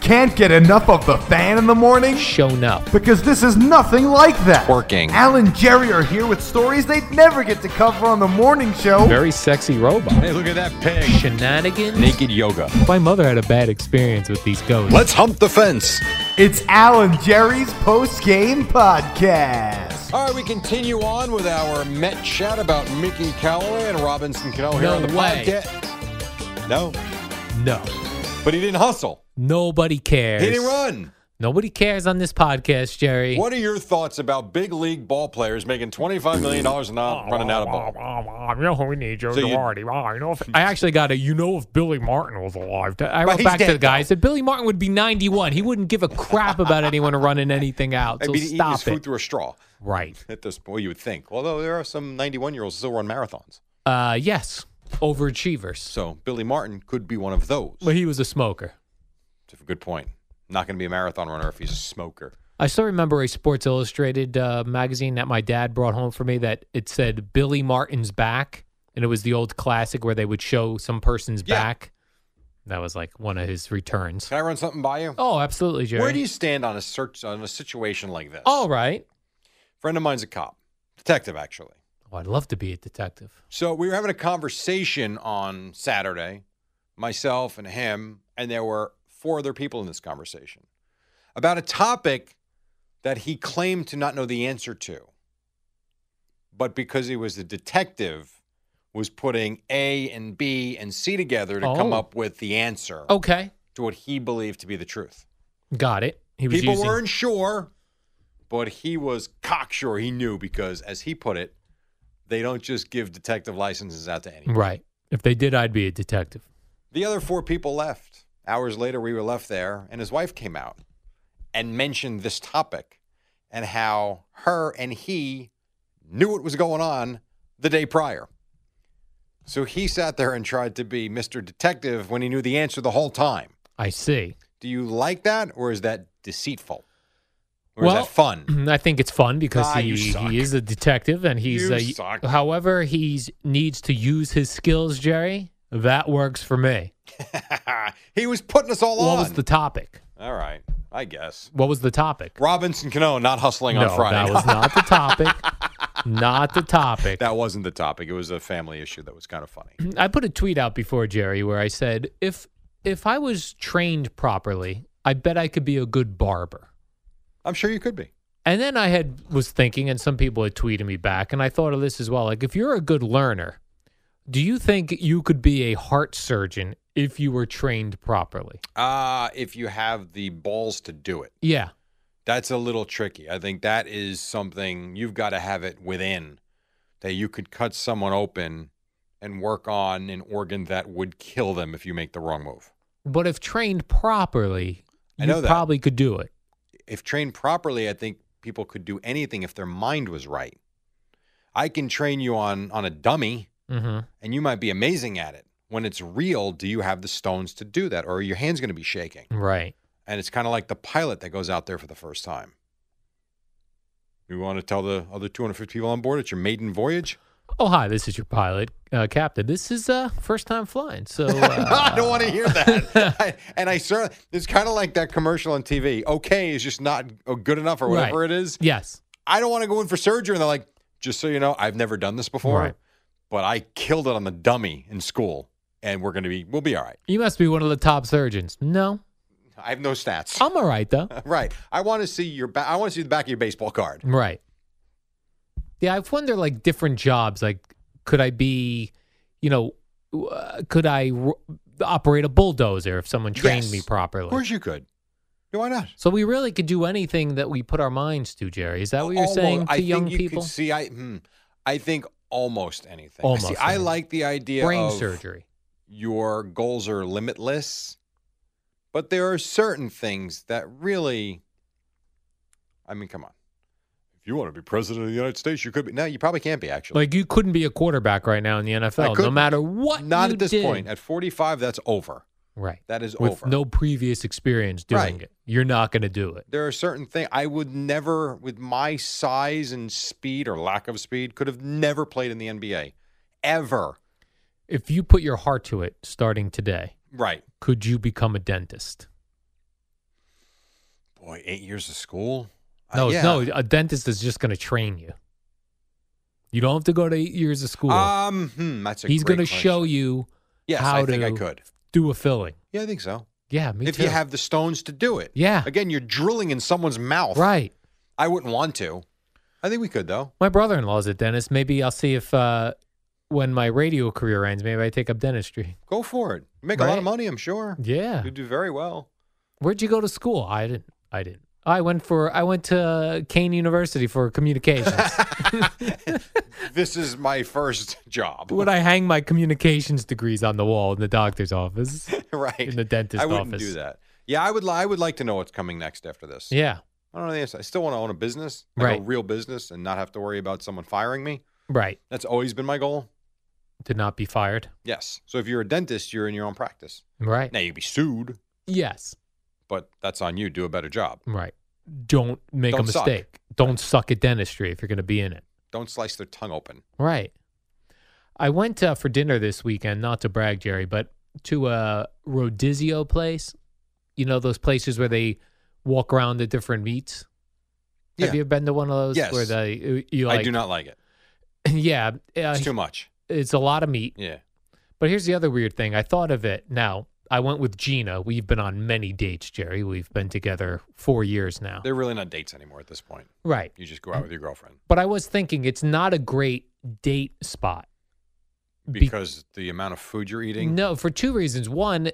Can't get enough of the fan in the morning? shown up. Because this is nothing like that. Working. Al and Jerry are here with stories they'd never get to cover on the morning show. Very sexy robot. Hey, look at that pig. Shenanigans. Naked yoga. My mother had a bad experience with these ghosts. Let's hump the fence. It's Al and Jerry's post game podcast. All right, we continue on with our Met chat about Mickey Callaway and Robinson Cano here No on the way. podcast. No, No. but he didn't hustle. Nobody cares. He didn't run. Nobody cares on this podcast, Jerry. What are your thoughts about big league ball players making $25 million and not running out of ball? You know who we need, Joe So you- Girardi. Wow, you know if I actually got a you know if Billy Martin was alive. I But wrote he's back to dead, the guy. I said Billy Martin would be 91. He wouldn't give a crap about anyone running anything out. So Maybe eating his stop food it. through a straw Right. at this point, you would think. Although there are some 91 year olds who still run marathons. Uh yes. Overachievers. So Billy Martin could be one of those. But he was a smoker. It's a good point. Not going to be a marathon runner if he's a smoker. I still remember a Sports Illustrated uh, magazine that my dad brought home for me that it said Billy Martin's back, and it was the old classic where they would show some person's Yeah. back. That was like one of his returns. Can I run something by you? Oh, absolutely, Jerry. Oh. Where do you stand on a search on a situation like this? All right. friend of mine's a cop, detective actually. Oh, I'd love to be a detective. So we were having a conversation on Saturday, myself and him, and there were four other people in this conversation about a topic that he claimed to not know the answer to, but because he was a detective, was putting A and B and C together to come Oh. up with the answer Okay, to what he believed to be the truth. got it. He was People using. weren't sure, but he was cocksure. He knew because, as he put it, they don't just give detective licenses out to anyone. Right. If they did, I'd be a detective. The other four people left. Hours later, we were left there, and his wife came out and mentioned this topic and how her and he knew what was going on the day prior. So he sat there and tried to be Mr. Detective when he knew the answer the whole time. I see. Do you like that, or is that deceitful? Or well, is that fun? I think it's fun because Ah, he, you suck. he is a detective and he's You a. suck. However, he needs to use his skills, Jerry. That works for me. he was putting us all What on. was the topic? all right, I guess. What was the topic? Robinson Cano not hustling no, on Friday. that was not the topic. not the topic. That wasn't the topic. It was a family issue that was kind of funny. I put a tweet out before Jerry where I said if if I was trained properly, I bet I could be a good barber. I'm sure you could be. And then I had was thinking, and some people had tweeted me back, and I thought of this as well. Like, if you're a good learner, do you think you could be a heart surgeon if you were trained properly? Uh, if you have the balls to do it, Yeah, that's a little tricky. I think that is something you've got to have it within that you could cut someone open and work on an organ that would kill them if you make the wrong move. but if trained properly, I you know that. probably could do it. if trained properly, I think people could do anything if their mind was right. I can train you on on a dummy hmm and you might be amazing at it. When it's real, do you have the stones to do that or are your hands going to be shaking? Right. And it's kind of like the pilot that goes out there for the first time. You want to tell the other 250 people on board it's your maiden voyage? Oh, hi, this is your pilot, uh, Captain. This is uh, first time flying. So, uh, I don't want to hear that. I, and I certainly, it's kind of like that commercial on TV. Okay is just not uh, good enough or whatever Right. it is. yes. I don't want to go in for surgery. And they're like, just so you know, I've never done this before, Right. but I killed it on the dummy in school, and we're going to be, we'll be all right. You must be one of the top surgeons. No, I have no stats. I'm all right, though. right. I want to see your back. I want to see the back of your baseball card. Right. Yeah, I wonder like different jobs. Like, could I be, you know, uh, could I r- operate a bulldozer if someone trained me Yes. properly? Of course you could. Yeah, Why not? So we really could do anything that we put our minds to, Jerry. Is that what you're Almo- saying to Oh, I young think you people? Could see, I, hmm, I think almost anything. Almost See, I anything. like the idea Brain of surgery. your goals are limitless, but there are certain things that really, I mean, come on. If you want to be president of the United States, you could be. No, you probably can't be, actually. Like you couldn't be a quarterback right now in the NFL, no couldn't. matter what. Not you at this did. point. At 45, that's over. right. That is With over. no previous experience doing Right. it, you're not going to do it. There are certain things I would never, with my size and speed or lack of speed, could have never played in the NBA. Ever. If you put your heart to it, starting today, Right. could you become a dentist? Boy, eight years of school? Uh, No, yeah. no. A dentist is just going to train you. You don't have to go to eight years of school. Um, hmm, that's a He's going to show you Yes, how I think I to- could. do a filling. Yeah, I think so. Yeah, me if too. you have the stones to do it. Yeah. Again, you're drilling in someone's mouth. right. I wouldn't want to. I think we could though. My brother-in-law's a dentist. Maybe I'll see if uh, when my radio career ends, maybe I take up dentistry. Go for it. You make a lot Right? of money, I'm sure. Yeah. You do very well. Where'd you go to school? I didn't. I didn't. I went for I went to Kane University for communications. This is my first job. Would I hang my communications degrees on the wall in the doctor's office? right. in the dentist I wouldn't office. do that. Yeah, I would li- I would like to know what's coming next after this. Yeah. I don't know the answer. I still want to own a business, like a Right. real business and not have to worry about someone firing me. Right. That's always been my goal. To not be fired. Yes. So if you're a dentist, you're in your own practice. Right. Now you'd be sued, Yes. but that's on you. Do a better job. Right. Don't make a Don't suck. mistake. Don't suck at dentistry if you're going to be in it. Don't slice their tongue open. Right. I went uh, for dinner this weekend, not to brag, Jerry, but to a rodizio place. You know, those places where they walk around the different meats. Yeah. Have you ever been to one of those Yes. where they you like I do not like it. yeah, uh, It's too much. it's a lot of meat. Yeah. But here's the other weird thing. I thought of it now. I went with Gina. We've been on many dates, Jerry. We've been together 4 years now. They're really not dates anymore at this point. right. You just go out with your girlfriend But I was thinking it's not a great date spot. Be- because the amount of food you're eating. No, for two reasons. One,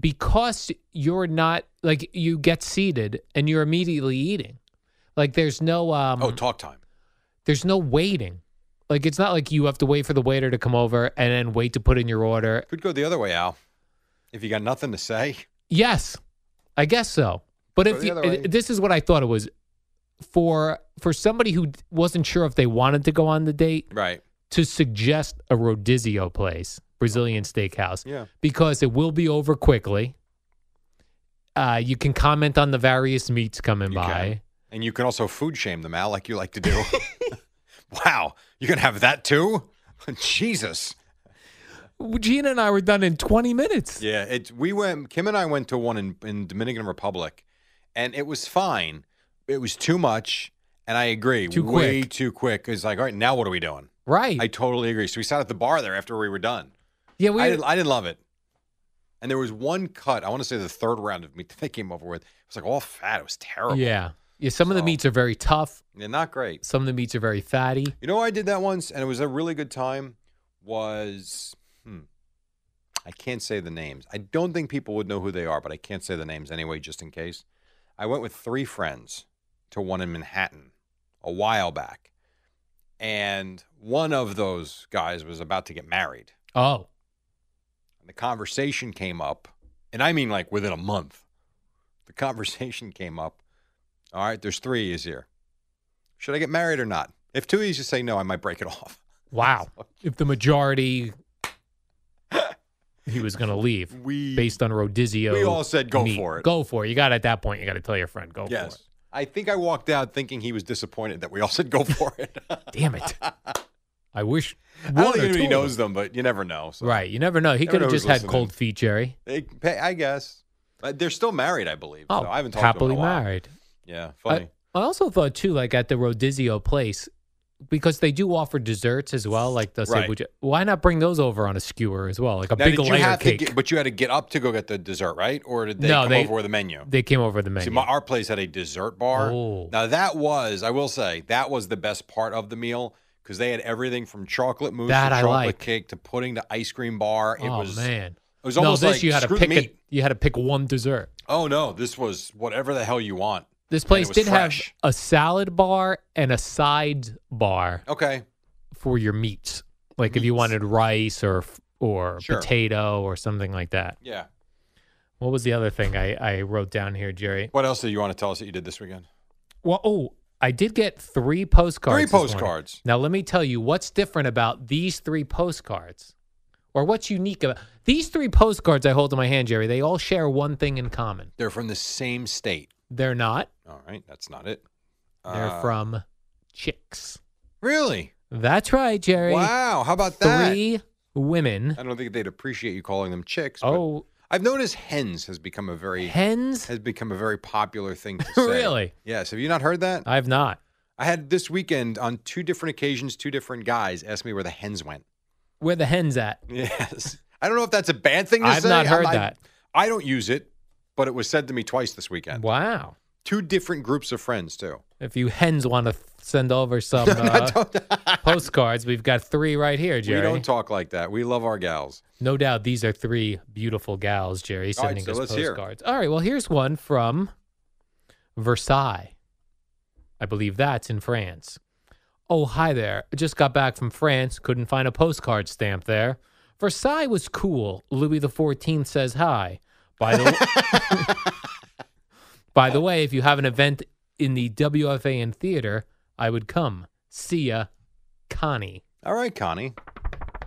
because you're not like you get seated and you're immediately eating. Like there's no um oh, talk time. there's no waiting. Like it's not like you have to wait for the waiter to come over and then wait to put in your order. Could go the other way, Al. If you got nothing to say, Yes. I guess so. But Go if the you, other way. this is what I thought it was for for somebody who wasn't sure if they wanted to go on the date right? to suggest a rodizio place, Brazilian steakhouse. Yeah. because it will be over quickly. Uh, you can comment on the various meats coming You by. And you can also food shame them, Al, like you like to do. wow, you're gonna have that too? Jesus. Gina and I were done in 20 minutes. Yeah, it. We went. Kim and I went to one in, in Dominican Republic, and it was fine. It was too much, and I agree. Too way quick. too quick. It's like, all right, now what are we doing? Right. I totally agree. So we sat at the bar there after we were done. yeah, we I didn't, I didn't love it. And there was one cut. I want to say the third round of meat that they came over with. It was like all fat. It was terrible. Yeah. Yeah, some of the So- meats are very tough. Yeah, not great. Some of the meats are very fatty. You know, I did that once, and it was a really good time. Was hmm, I can't say the names. I don't think people would know who they are, but I can't say the names anyway, just in case. I went with three friends to one in Manhattan a while back, and one of those guys was about to get married. Oh, And the conversation came up, and I mean like within a month. The conversation came up. All right, there's three E's here. Should I get married or not? If two E's just say no, I might break it off. wow. if the majority he was going to leave We based on rodizio. we all said go meat. for it. Go for it. You got at that point you got to tell your friend go yes. for I think I walked out thinking he was disappointed that we all said go for it. it. Damn it. I wish I one don't think or two anybody of knows them, but you never know. So. Right. You never know. He Never could have know who's just had listening. cold feet, Jerry. They pay, I guess. Uh, they're still married, I believe. Oh, so I haven't talked happily to him in a while. married. Yeah, I- funny. I, also thought too, like at the Rodizio place, because they do offer desserts as well, like the Right. cebucha- Why not bring those over on a skewer as well, like a Now, big did you layer have to cake? get- but you had to get up to go get the dessert, right? Or did they No, come they- over with a menu? They came over the menu. See, my, our place had a dessert bar. Oh. Now that was, I will say, that was the best part of the meal because they had everything from chocolate mousse That to I chocolate like. cake to pudding to ice cream bar. It oh was man, it was no, almost this like you had to screw the pick. A, meat. you had to pick one dessert. Oh no, this was whatever the hell you want. This place was did fresh. have a salad bar and a side bar Okay, for your meats, like if you Meats. wanted rice or f- or Sure. potato or something like that. yeah. What was the other thing I, I wrote down here, Jerry? What else do you want to tell us that you did this weekend? Well, oh, I did get three postcards. Three this morning. postcards. Now, let me tell you what's different about these three postcards, or what's unique about these three postcards I hold in my hand, Jerry. They all share one thing in common. They're from the same state. They're not. All right, that's not it. They're Uh, from chicks. really? That's right, Jerry. Wow, how about that? Three women. I don't think they'd appreciate you calling them chicks. but Oh, I've noticed hens has become a very hens. has become a very popular thing to say. Really? Yes. Have you not heard that? I've not. I had this weekend on two different occasions, two different guys asked me where the hens went. Where the hens at? Yes. I don't know if that's a bad thing to I've say. not I'm- heard I- that. I, don't use it, but it was said to me twice this weekend. Wow. Two different groups of friends too. If you hens want to send over some uh, postcards, we've got three right here, we Jerry. don't talk like that. We love our gals. No doubt these are three beautiful gals, Jerry, All right, sending so us let's hear. postcards. All right, well, here's one from Versailles. I believe that's in France. Oh, hi there. Just got back from France. Couldn't find a postcard stamp there. Versailles was cool. Louis XIV says hi. By the, By the way, if you have an event in the WFA and theater, I would come. See ya, Connie. All right, Connie.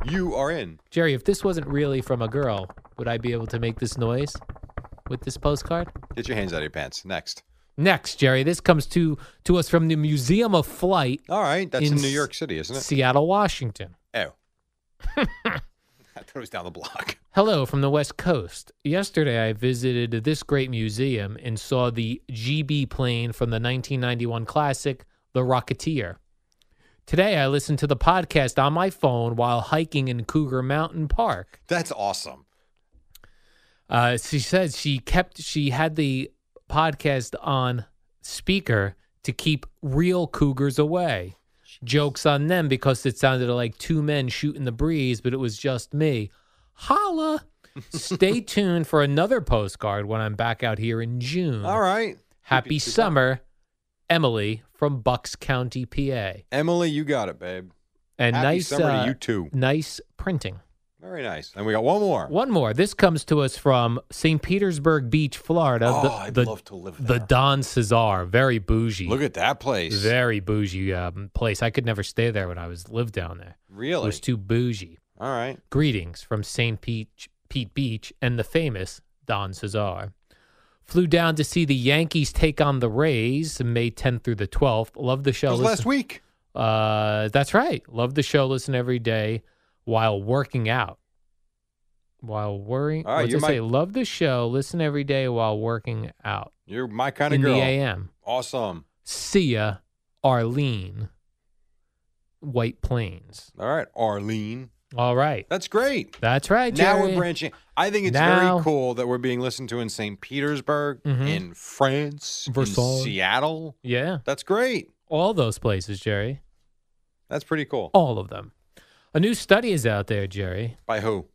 You are in. Jerry, if this wasn't really from a girl, would I be able to make this noise with this postcard? Get your hands out of your pants. Next. Next, Jerry, this comes to to us from the Museum of Flight, All right. That's in, In New S- York City, isn't it? Seattle, Washington. Oh. I thought it was down the block. Hello from the West Coast. Yesterday, I visited this great museum and saw the GB plane from the 1991 classic, The Rocketeer. Today, I listened to the podcast on my phone while hiking in Cougar Mountain Park. That's awesome. Uh, she said she kept she had the podcast on speaker to keep real cougars away. Jokes on them because it sounded like two men shooting the breeze, but it was just me. Holla! Stay tuned for another postcard when I'm back out here in June. All right. Mm-hmm. Happy summer, Emily from Bucks County, PA. Emily, you got it, babe. And Happy nice, summer to uh, you too. Nice printing. Very nice. And we got one more. One more. This comes to us from St. Petersburg Beach, Florida. Oh, the, I'd the- love to live The there. Don Cesar, very bougie. Look at that place. very bougie um, place. I could never stay there when I was lived down there. It really? was too bougie. All right. Greetings from St. Pete, Pete Beach and the famous Don Cesar. Flew down to see the Yankees take on the Rays May 10th through the 12th. Love the It show. was Listen- last week. uh, that's right. Love the show. Listen every day while working out. While worrying, All right, what did you're I say? my- Love the show. Listen every day while working out You're my kind of in girl. the AM. Awesome. See ya, Arlene. White Plains. All right, Arlene. All right. That's great. That's right, now Jerry. we're branching. I think it's Now- very cool that we're being listened to in St. Petersburg, Mhm. in France, in Versailles. Seattle. yeah. That's great. All those places, Jerry. That's pretty cool. All of them. A new study is out there, Jerry. By who?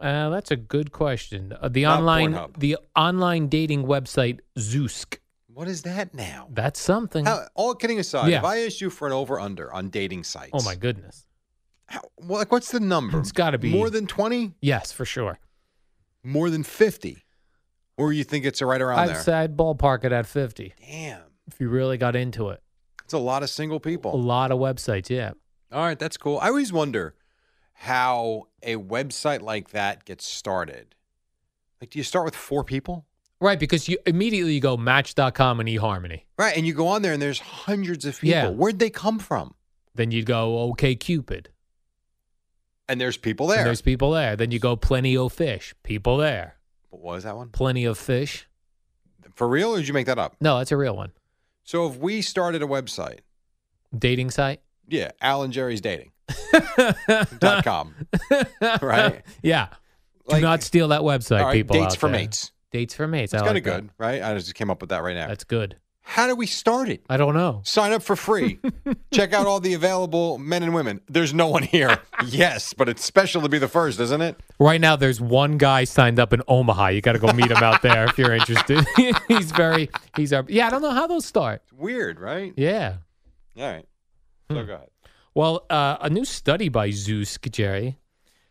Uh, that's a good question. Uh, the Not online Pornhub. the online dating website Zeusk. What is that now? That's something. How, all kidding aside, Yeah. if I asked you for an over under on dating sites, Oh my goodness. how, well, like what's the number? It's gotta be- more than twenty, Yes, for sure. more than fifty, or you think it's right around I'd there? say I'd ballpark it at 50 Damn, if you really got into it. it's a lot of single A people. lot of websites, yeah. All right, that's cool. I always wonder how a website like that gets started. Like, do you start with four people? Right, because you immediately you go match.com and eHarmony. Right, and you go on there, and there's hundreds of people. Yeah. Where'd they come from? Then you go OK Cupid. And there's people and there. there's people there. Then you go plenty of fish. People there. What was that one? Plenty of fish. For real, or did you make that up? No, that's a real one. So if we started a website, Dating site. yeah, Alan Jerry's dating. dot com. Right. Yeah. Do not steal that website, all right, people. Dates out for there. mates. Dates for mates. It's I kind like of that. good, right? I just came up with that right now. That's good. How do we start it? I don't know. Sign up for free. Check out all the available men and women. There's no one here. yes, but it's special to be the first, isn't it? Right now, there's one guy signed up in Omaha. You got to go meet him out there if you're interested. he's very, he's our, yeah, I don't know how those start. It's weird, right? Yeah. Hmm. All right. So go ahead. Well, uh, a new study by Zeusk, Jerry,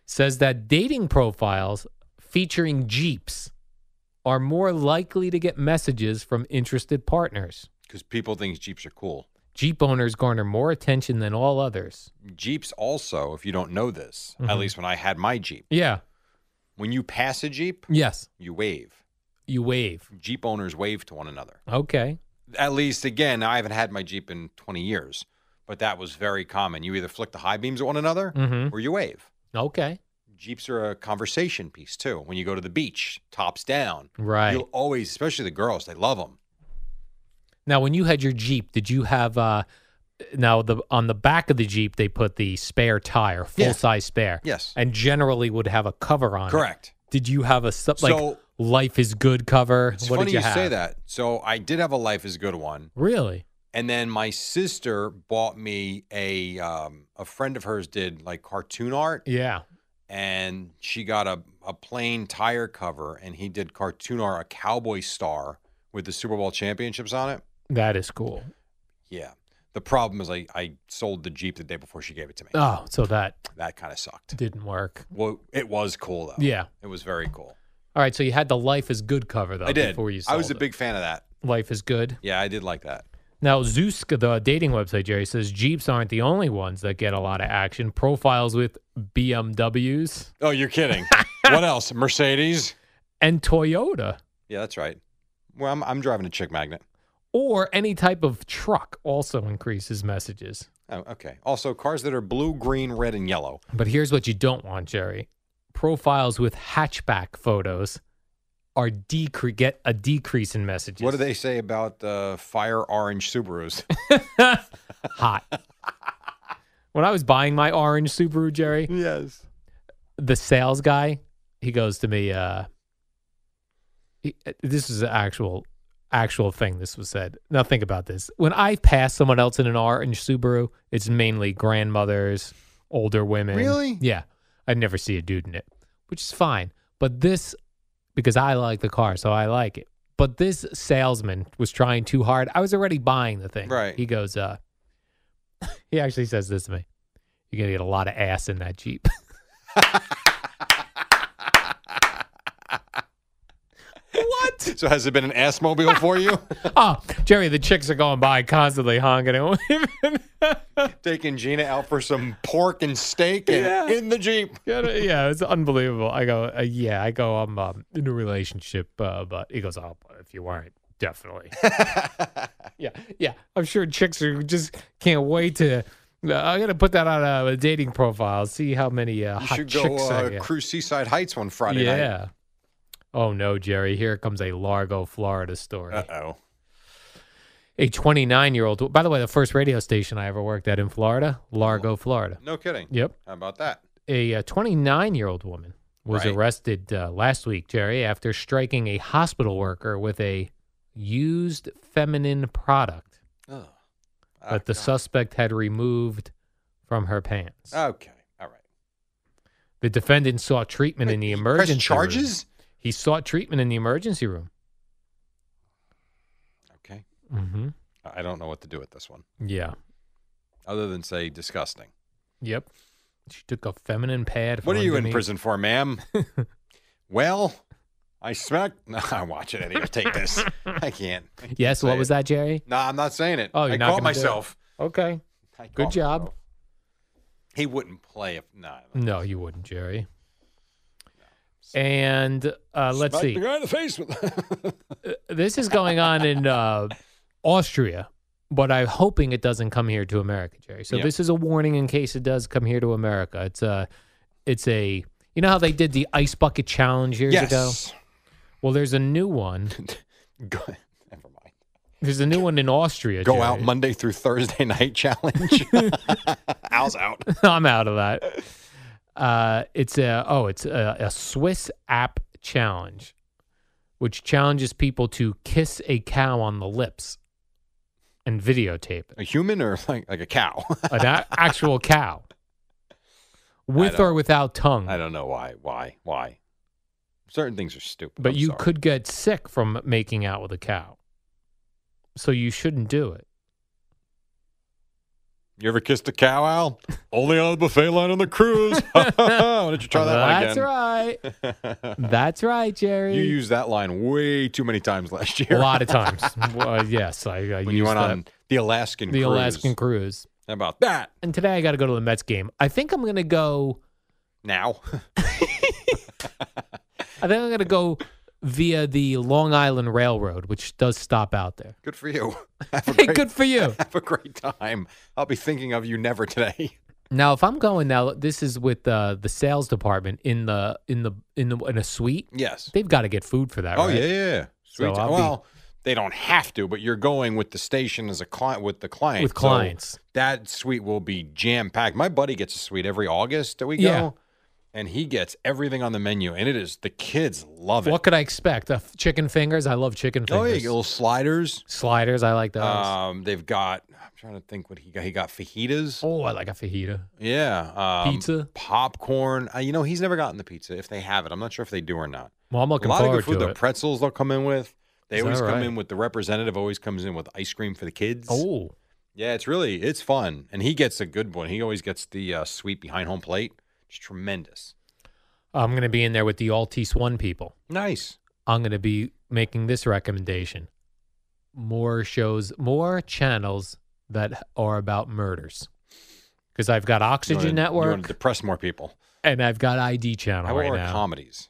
says that dating profiles featuring Jeeps are more likely to get messages from interested partners. Because people think Jeeps are cool. Jeep owners garner more attention than all others. Jeeps also, if you don't know this, at Mhm. least when I had my Jeep, Yeah. when you pass a Jeep, Yes. you wave. You wave. Jeep owners wave to one another. Okay. At least, again, I haven't had my Jeep in 20 years, but that was very common. You either flick the high beams at one another Mm-hmm. or you wave. Okay. Jeeps are a conversation piece too. When you go to the beach, tops down, Right. you'll always, especially the girls, they love them. Now, when you had your Jeep, did you have uh now the on the back of the Jeep they put the spare tire, full Yeah. size spare. Yes. And generally would have a cover on it. Correct. Did you have a sub like So- life is good cover? It's what funny did you, have? say that. So I did have a life is good one, Really? and then my sister bought me a um, a friend of hers did like cartoon art, Yeah. and she got a a plain tire cover, and he did cartoon art, a cowboy star with the Super Bowl championships on it. That is cool. Yeah. The problem is I I sold the Jeep the day before she gave it to me. Oh, so that That kind of sucked. didn't work. Well, it was cool though. Yeah. It was very cool. All right, so you had the life is good cover though I did. before you I was sold a big fan of that. it. life is good. Yeah, I did like that. Now, Zeus, the dating website, Jerry says Jeeps aren't the only ones that get a lot of action. Profiles with BMWs Oh, you're kidding. what else? Mercedes. and Toyota. Yeah, that's right. Well, I'm, I'm driving a chick magnet. or any type of truck also increases messages. Oh, okay. Also, cars that are blue, green, red, and yellow. But here's what you don't want, Jerry. Profiles with hatchback photos are decre- get a decrease in messages. What do they say about uh, fire orange Subarus? Hot. when I was buying my orange Subaru, Jerry, yes. the sales guy, he goes to me, uh, he- this is an actual actual thing this was said. Now think about this. When I pass someone else in an orange Subaru, it's mainly grandmothers, older women. Really? Yeah. I never see a dude in it, which is fine. But this because I like the car, so I like it. But this salesman was trying too hard. I was already buying the thing. Right. He goes, uh he actually says this to me. You're gonna get a lot of ass in that Jeep. what? So, has it been an ass mobile for you? Oh, Jerry, the chicks are going by constantly honking at women. Taking Gina out for some pork and steak and in the Jeep. yeah, it's unbelievable. I go, uh, yeah, I go, I'm um, in a relationship, uh, but he goes, oh, but if you weren't, definitely. yeah, yeah, I'm sure chicks are just can't wait to. Uh, I'm gonna put that on a, dating profile. See how many uh, You hot should go chicks I uh, get. cruise Seaside Heights one Friday yeah. night. Oh no, Jerry! Here comes a Largo, Florida story. Uh oh. a 29 year old. By the way, the first radio station I ever worked at in Florida, Largo, Florida. No kidding. Yep. How about that? A 29 year old woman was Right. arrested uh, last week, Jerry, after striking a hospital worker with a used feminine product Oh. that the suspect had removed from her pants. Okay. All right. the defendant sought treatment in the Wait, he emergency pressed charges? Room. He sought treatment in the emergency room. Okay. hmm I I don't know what to do with this one Yeah. other than say disgusting. Yep. She took a feminine pad. What from are you in underneath. prison for, ma'am? well, I smack. No, I watch it. I didn't take this. I can't. I can't Yes. say What was it. that, Jerry? No, I'm not saying it. Oh, you're I not caught gonna do it. myself. Okay. I Good caught job. myself. He wouldn't play if no. No, you wouldn't, Jerry. And uh, let's Smack see. The guy in the face with. This is going on in uh, Austria, but I'm hoping it doesn't come here to America, Jerry. So Yeah. this is a warning in case it does come here to America. It's a, it's a. You know how they did the ice bucket challenge years ago? yes. Well, there's a new one. Go, never mind. There's a new one in Austria. Go out Jerry. Monday through Thursday night challenge. Al's out. I'm out of that. Uh, it's a oh, it's a, a Swiss app challenge, which challenges people to kiss a cow on the lips and videotape it. A human or like like a cow? An a- actual cow. With don't- or without tongue. I don't know why, why, why. Certain things are stupid. But I'm you sorry. could get sick from making out with a cow. So you shouldn't do it. You ever kissed a cow, Al? Only on the buffet line on the cruise. Why don't you try that That's right. one again? That's right, Jerry. you used that line way too many times last year. a lot of times. well, uh, yes, I, I when you used went that. on the Alaskan the cruise. Alaskan cruise. How about that And today I got to go to the Mets game. I think I'm going to go. now? I think I'm going to go via the Long Island Railroad, which does stop out there. Good for you. Have a Hey, great- good for you. Have a great time. I'll be thinking of you never today. Now, if I'm going now, this is with uh, the sales department in the in the in the in a suite. Yes. They've got to get food for that. Oh right? yeah, yeah, yeah. So Sweet. I'll be- well, they don't have to, but you're going with the station as a client with the client. With so clients. that suite will be jam packed. My buddy gets a suite every August that we go, Yeah. and he gets everything on the menu, and it is the kids love it. What could I expect? Uh, f- chicken fingers. I love chicken oh fingers. yeah, you get little sliders. Sliders. I like those. Um, they've got. I'm trying to think what he got. He got fajitas. oh, I like a fajita. Yeah, um, Pizza? popcorn. Uh, you know, he's never gotten the pizza if they have it. I'm not sure if they do or not. Well, I'm looking a lot forward of good food. to the it. pretzels they'll come in with. They Is that always come right? in with the representative. Always comes in with ice cream for the kids. oh, yeah, it's really it's fun, and he gets a good one. He always gets the uh, sweet behind home plate. It's tremendous. Oh, I'm going to be in there with the Altice One people. Nice. I'm going to be making this recommendation: more shows, more channels that are about murders. Because I've got You Oxygen wanna- You Network want to depress more people. and I've got ID Channel How right about our now. comedies?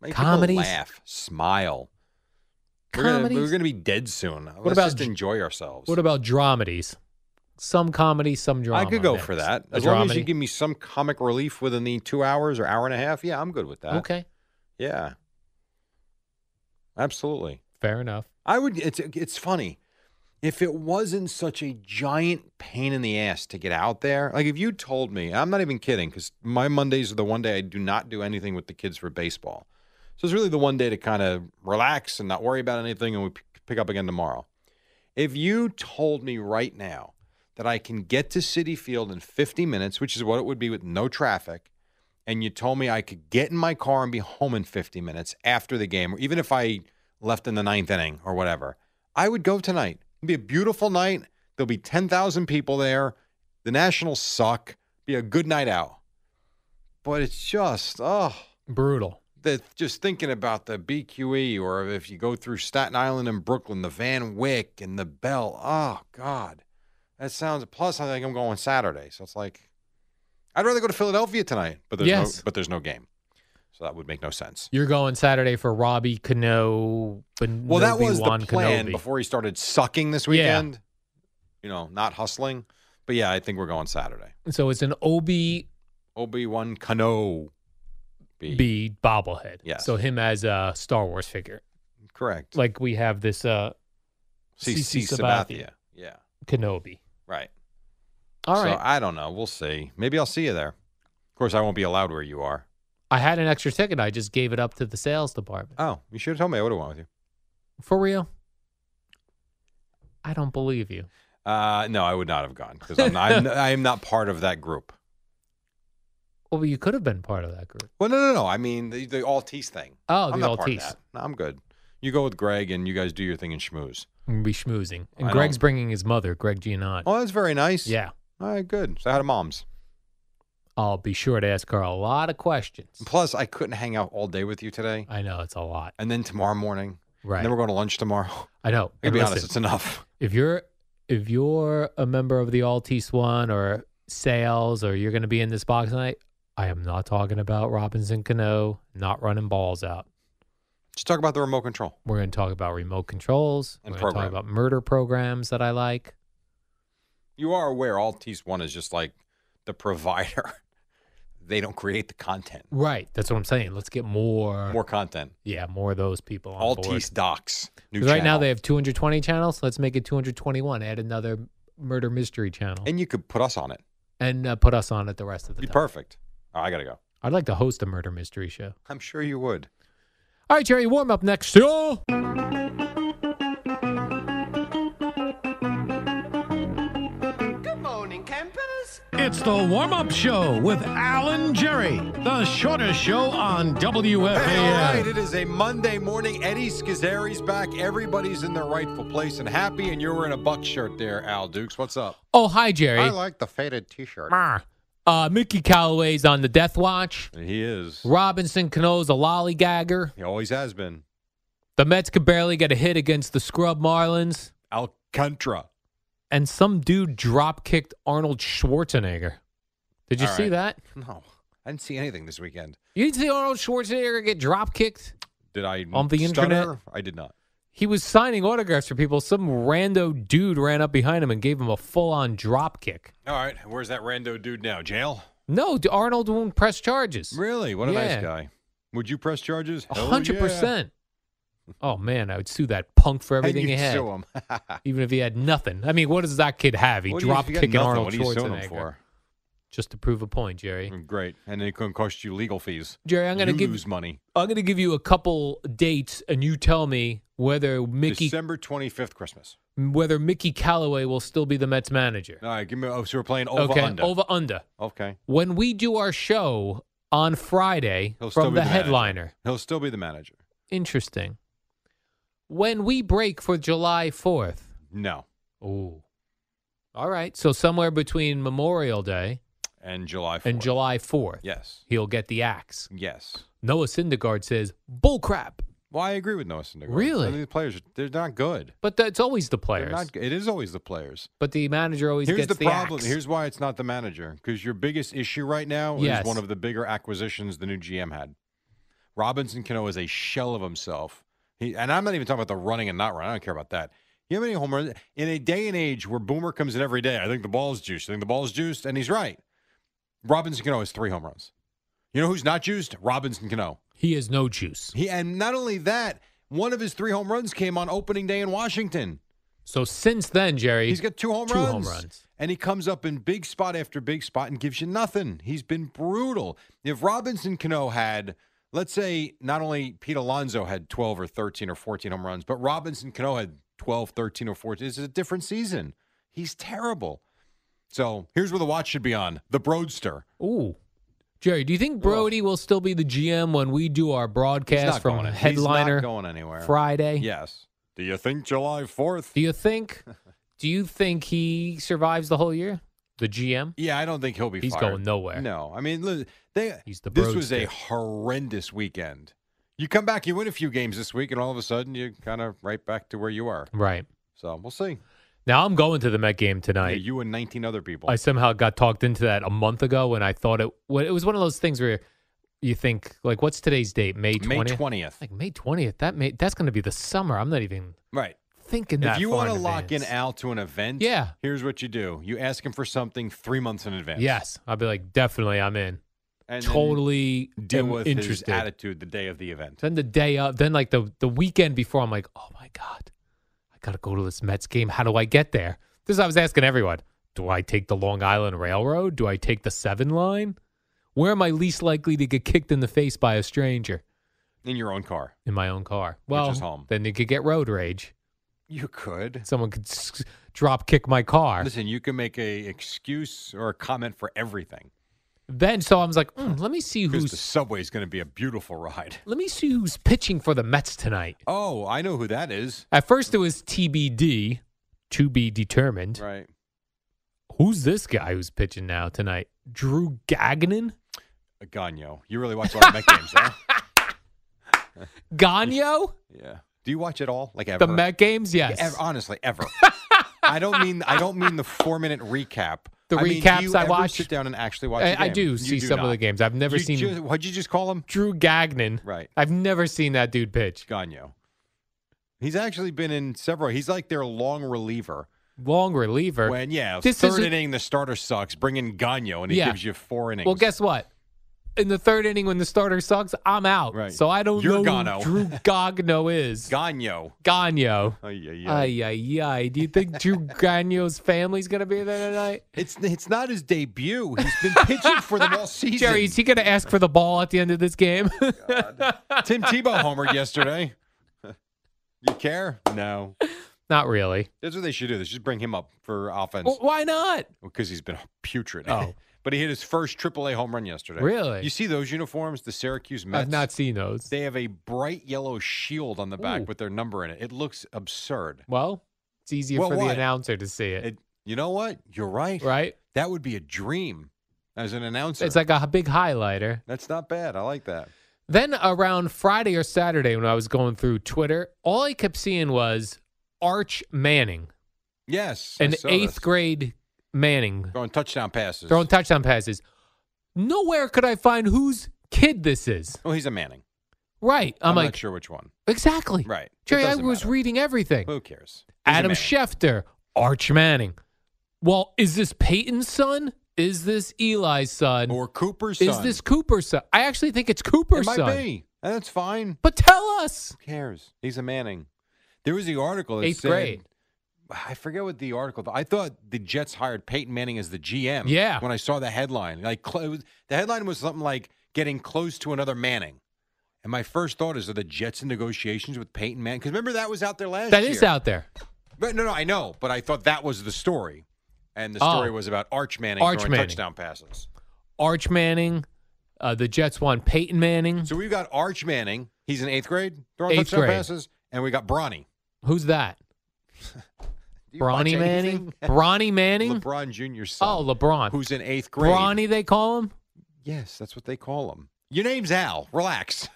Make Comedies? People laugh, smile. We're Comedies? gonna, we're gonna be dead soon. Let's about just dr- enjoy ourselves? What about dramedies? Some comedy, some drama. I could go mixed. for that A as long as you dramedy? give me some comic relief within the two hours or hour and a half. Yeah, I'm good with that. Okay, Yeah. Absolutely. fair enough. I would. It's it's funny. If it wasn't such a giant pain in the ass to get out there, like if you told me, I'm not even kidding, because my Mondays are the one day I do not do anything with the kids for baseball. So it's really the one day to kind of relax and not worry about anything, and we p- pick up again tomorrow. If you told me right now that I can get to City Field in 50 minutes, which is what it would be with no traffic, and you told me I could get in my car and be home in 50 minutes after the game, or even if I left in the ninth inning or whatever, I would go tonight. It'd be a beautiful night. There'll be 10,000 people there. The Nationals suck. Be a good night out. But it's just, oh, Brutal. the, just thinking about the BQE or if you go through Staten Island and Brooklyn, the Van Wyck and the Bell. Oh, God. That sounds, plus I think I'm going Saturday. So it's like, I'd rather go to Philadelphia tonight, but there's, Yes. no, but there's no game. So that would make no sense. You're going Saturday for Robbie Cano. Well, that was Juan the plan Kenobi. before he started sucking this Yeah. weekend. You know, not hustling. But yeah, I think we're going Saturday. So it's an OB Obi Wan Kano. B. be bobblehead. Yes. So him as a Star Wars figure. Correct. Like we have this uh CC Sabathia. Yeah. Kenobi. Right. All right. So I don't know. We'll see. Maybe I'll see you there. Of course, I won't be allowed where you are. I, had an extra ticket. I just gave it up to the sales department. Oh, you should have told me. I would have went with you. For real? I don't believe you. Uh, no, I would not have gone because I'm, not- I'm, I am not part of that group. Well, you could have been part of that group. Well, no, no, no. I mean the, the Altice thing. Oh, I'm the not part of Altice. that. No, I'm good. You go with Greg and you guys do your thing and schmooze. We'll be schmoozing. And I Greg's don't- bringing his mother, Greg Giannotti. Oh, that's very nice. Yeah. All right, good. So how to moms? I'll be sure to ask her a lot of questions. Plus, I couldn't hang out all day with you today, I know it's a lot. and then tomorrow morning, Right. and then we're going to lunch tomorrow. I know. I gotta And be listen, honest, it's enough. if you're if you're a member of the Altice One or sales or you're going to be in this box tonight, I am not talking about Robinson Cano not running balls out. Just talk about the remote control. We're going to talk about remote controls. And We're going to talk program. about murder programs that I like. You are aware Altice One is just like the provider; they don't create the content. Right. That's what I'm saying. Let's get more. More content. Yeah, more of those people on board. Altice Docs. New 'Cause Right now channel. they have 220 channels. Let's make it 221. Add another murder mystery channel and, and you could put us on it. uh, put us on it the rest of the Be time. perfect. Oh, I gotta go. I'd like to host a murder mystery show. I'm sure you would. All right, Jerry, warm up next. Yo! the warm up show with Alan Jerry, the shortest show on WFAN. Hey, all right. It is a Monday morning. Eddie Schizzeri's back. Everybody's in their rightful place and happy. And you're wearing a buck shirt there, Al Dukes. What's up? Oh, hi, Jerry. like the faded T-shirt. Mar. Uh, Mickey Callaway's on the Death Watch. He is. Robinson Cano's a lollygagger. He always has been. The Mets could barely get a hit against the scrub Marlins. Alcantara. And some dude drop kicked Arnold Schwarzenegger. Did you All see right. that? No, I didn't see anything this weekend. You didn't see Arnold Schwarzenegger get drop kicked? Did I? On the stutter? internet? I did not. He was signing autographs for people. Some rando dude ran up behind him and gave him a full on drop kick. All right. Where's that rando dude now? Jail? No, d- Arnold won't press charges. Really? What a Yeah. nice guy. Would you press charges? A Hell hundred yeah. percent. Oh man, I would sue that punk for everything and he you'd had, sue him. even if he had nothing. I mean, what does that kid have? He What do you- drop if you got kicking nothing, Arnold What are you suing Schwarzenegger him for? just to prove a point, Jerry. Great. And it couldn't cost you legal fees. Jerry, I'm gonna Mm. You give lose money. I'm gonna give you a couple dates, and you tell me whether Mickey December 25th, Christmas. whether Mickey Callaway will still be the Mets manager. All right. Give me. Oh, so we're playing over okay, under. over under. okay. When we do our show on Friday He'll still from the be the manager. headliner, He'll still be the manager. interesting. When we break for July Fourth. No. Oh. All right. So somewhere between Memorial Day And July 4th. and July 4th, Yes. he'll get the axe. Yes. Noah Syndergaard says, bullcrap. Well, I agree with Noah Syndergaard. Really? I think the players, they're not good. But that's always the They're players. not good. It is always the players. but the manager always Here's gets the, the, problem. axe. Here's why it's not the manager because your biggest issue right now Yes. is one of the bigger acquisitions the new GM had. Robinson Cano is a shell of himself. He, and I'm not even talking about the running and not running. I don't care about that. You have any home runs in a day and age where Boomer comes in every day? I think the ball's juiced. I think the ball's juiced, and he's right. Robinson Cano has three home runs. You know who's not juiced? Robinson Cano. he has no juice. He and not only that, one of his three home runs came on opening day in Washington. So since then, Jerry, He's got two home two runs. home runs. And he comes up in big spot after big spot and gives you nothing. He's been brutal. If Robinson Cano had, let's say, not only Pete Alonso had 12 or 13 or 14 home runs, but Robinson Cano had 12, 13, or 14. This is a different season. He's terrible. So here's where the watch should be on the Broadster. Ooh. Jerry, do you think Brody will still be the GM when we do our He's not broadcast from going in- headliner He's not going anywhere. Friday? Yes. Do you think July 4th? Do you think do you think he survives the whole year? The GM? Yeah, I don't think he'll be. He's fired. going nowhere. No, I mean, li- they. He's the This was a broadstick. horrendous weekend. You come back, you win a few games this week, and all of a sudden you kind of right back to where you are. Right. So we'll see. Now I'm going to the Met game Yeah, tonight. you and 19 other people. I somehow got talked into that a month ago when I thought it. When it was one of those things where you think, like, what's today's date? May May twentieth. 20th. Like May twentieth. That may that's going to be the summer. I'm not even Right. thinking that. If you far want to lock in advance. Al to an event, Yeah. here's what you do: you ask him for something three months in advance. yes, I'd be like, definitely, I'm in. and then totally deal am with his interested. attitude the day of the event. Then the day of, then like the the weekend before, I'm like, oh my god, I gotta go to this Mets game. How do I get there? This is what I was asking everyone. Do I take the Long Island Railroad? Do I take the Seven Line? Where am I least likely to get kicked in the face by a stranger? In your own car, in my own car. Which Well, is home. then you could get road rage. you could. Someone could s- drop kick my car. Listen, you can make a excuse or a comment for everything. Then so I was like, "Mm, let me see Because the who's subway is going to be a beautiful ride. let me see who's pitching for the Mets tonight. Oh, I know who that is. At first it was TBD, to be determined. Right. Who's this guy who's pitching now tonight? Drew Gagnon? Gagno. Uh, You really watch a lot of Met games, huh? Gagno? Yeah. Do you watch it all? Like ever? The Met games? Yes. Ever, honestly, ever. I don't mean I don't mean the four minute recap. The I mean, do recaps you I ever watch- Sit down and actually watch. I, the I game? do You see some of not. the games. I've never You seen ju- what'd you just call him? Drew Gagnon. Right. I've never seen that dude pitch. Gagno. He's actually been in several. He's like their long reliever. Long reliever. When yeah, This is third a- inning the starter sucks. Bring in Gagno and he Yeah. gives you four innings. Well, guess what? In the third inning, when the starter sucks, I'm out. Right. So I don't You're know Gano. who Drew Gagno is. Gagno. Gagno. Ay, ay, ay. Ay, ay, ay. Do you think Drew Gagno's family's going to be there tonight? It's it's not his debut. He's been pitching for them all season. Jerry, is he going to ask for the ball at the end of this game? Tim Tebow homered yesterday. you care? No. Not really. That's what they should do. They should bring him up for offense Well, why not? because he's been putrid. Oh. But he hit his first AAA home run yesterday. Really? You see those uniforms, the Syracuse Mets? I've not seen those. They have a bright yellow shield on the back Ooh. with their number in it. It looks absurd. Well, it's easier Well, for what? the announcer to see it, It, you know what? You're right. right? That would be a dream as an announcer. It's like a h- big highlighter. That's not bad. I like that. Then around Friday or Saturday, when I was going through Twitter, all I kept seeing was Arch Manning, Yes. I an saw eighth this. grade Manning, Throwing touchdown passes. throwing touchdown passes. Nowhere could I find whose kid this is. oh, he's a Manning. Right. I'm, like, not sure which one. exactly. Right. It Jerry, I doesn't was matter. reading everything. Who cares? He's a Adam Manning. Schefter, Arch Manning. Well, is this Peyton's son? Is this Eli's son? or Cooper's is son. this Cooper's son? I actually think it's Cooper's It might son. be. And that's fine. But tell us. Who cares? He's a Manning. There was the article that Eighth said- grade. I forget what the article. I thought the Jets hired Peyton Manning as the GM. Yeah. When I saw the headline, like cl- it was- the headline was something like getting close to another Manning. And my first thought is, are the Jets in negotiations with Peyton Manning? Because remember that was out there last That year. is out there. But no, no, I know. But I thought that was the story, and the Oh. story was about Arch Manning Arch throwing Manning. touchdown passes. Arch Manning. Uh, the Jets want Peyton Manning. So we've got Arch Manning. He's in eighth grade throwing Eighth touchdown grade. passes, and we got Bronny. Who's that? Do you watch Bronny Manning? anything? Bronny Manning? LeBron Jr.'s son. Oh, LeBron. who's in eighth grade. Bronny, they call him? Yes, that's what they call him. Your name's Al. Relax.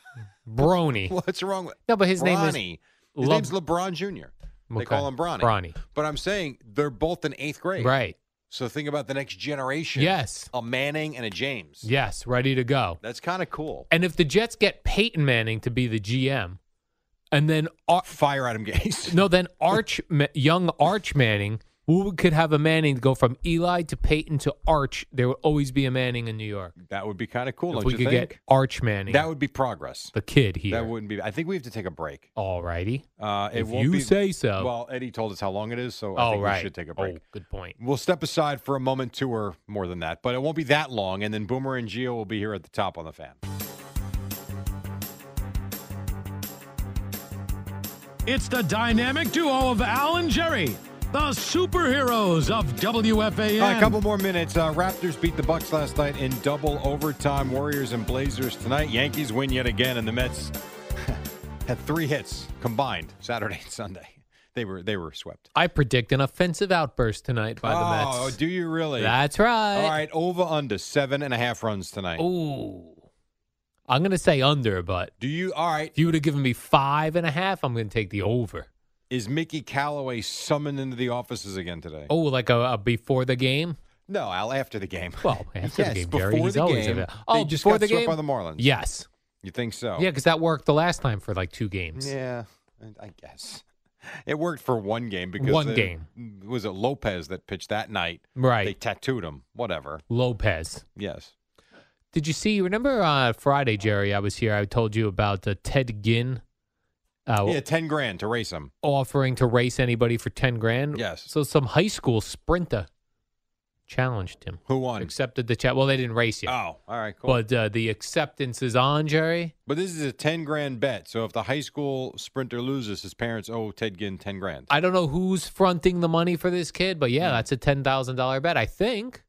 Brony. What's wrong with No, but his name is. Bronny. His Le- name's LeBron Jr. They Okay. call him Bronny. Bronny. But I'm saying they're both in eighth grade. Right. So think about the next generation. Yes. A Manning and a James. Yes, ready to go. That's kind of cool. And if the Jets get Peyton Manning to be the GM, and then Ar- Fire Adam Gase. no, then Arch Ma- young Arch Manning, who could have a Manning to go from Eli to Peyton to Arch? There would always be a Manning in New York. That would be kind of cool. if don't we you could think? get Arch Manning, that would be progress. the kid here. That wouldn't be. I think we have to take a break. All righty. Uh, it If won't you be- say so. Well, Eddie told us how long it is, so I All think right. we should take a Oh, break. good point. We'll step aside for a moment to or more than that, but it won't be that long. And then Boomer and Gio will be here at the top on the fan. It's the dynamic duo of Al and Jerry, the superheroes of WFAN. All right, a couple more minutes. Uh, Raptors beat the Bucks last night in double overtime. Warriors and Blazers tonight. Yankees win yet again, and the Mets had three hits combined Saturday and Sunday. They were they were swept I predict an offensive outburst tonight by the Oh, Mets. do you really? That's right. All right, over under seven and a half runs tonight. Ooh. I'm gonna say under, but Do you? All right. if you would have given me five and a half, I'm gonna take the over. Is Mickey Callaway summoned into the offices again today? Oh, like a, a before the game? No, Al, after the game. Well, after yes, the game, before Jerry, he's the always game. available. Oh, they just before got the swept game? by the Marlins. Yes. you think so? Yeah, because that worked the last time for like two games. yeah. I- I guess it worked for one game because One it- game. was it Lopez that pitched that night? Right. They tattooed him. Whatever. Lopez. Yes. Did you see? Remember uh, Friday, Jerry? I was here. I told you about uh, Ted Ginn uh, yeah, ten grand to race him. offering to race anybody for ten grand. Yes. So some high school sprinter challenged him. Who won? Accepted the chat. Well, they didn't race yet, Oh, all right, cool. but uh, the acceptance is on, Jerry. But this is a ten grand bet. So if the high school sprinter loses, his parents owe Ted Ginn ten grand. I don't know who's fronting the money for this kid, but Hmm. yeah, that's a ten thousand dollar bet, I think.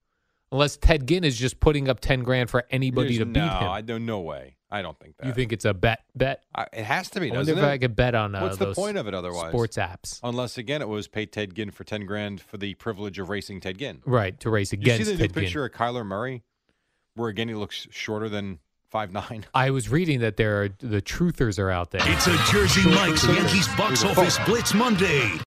Unless Ted Ginn is just putting up ten grand for anybody to There's- beat no, him. I don't. No way. I don't think that. you think it's a bet? Bet? I, it has to be? I wonder Doesn't if it? I could bet on uh, What's the those point of it otherwise? Sports apps, Unless again, it was pay Ted Ginn for ten grand for the privilege of racing Ted Ginn. right? To race You against see the new Ted Ginn. picture of Kyler Murray, where again he looks shorter than five nine. I was reading that there are the truthers are out there. It's a Jersey Mike's Yankees box Here's a office phone. blitz Monday.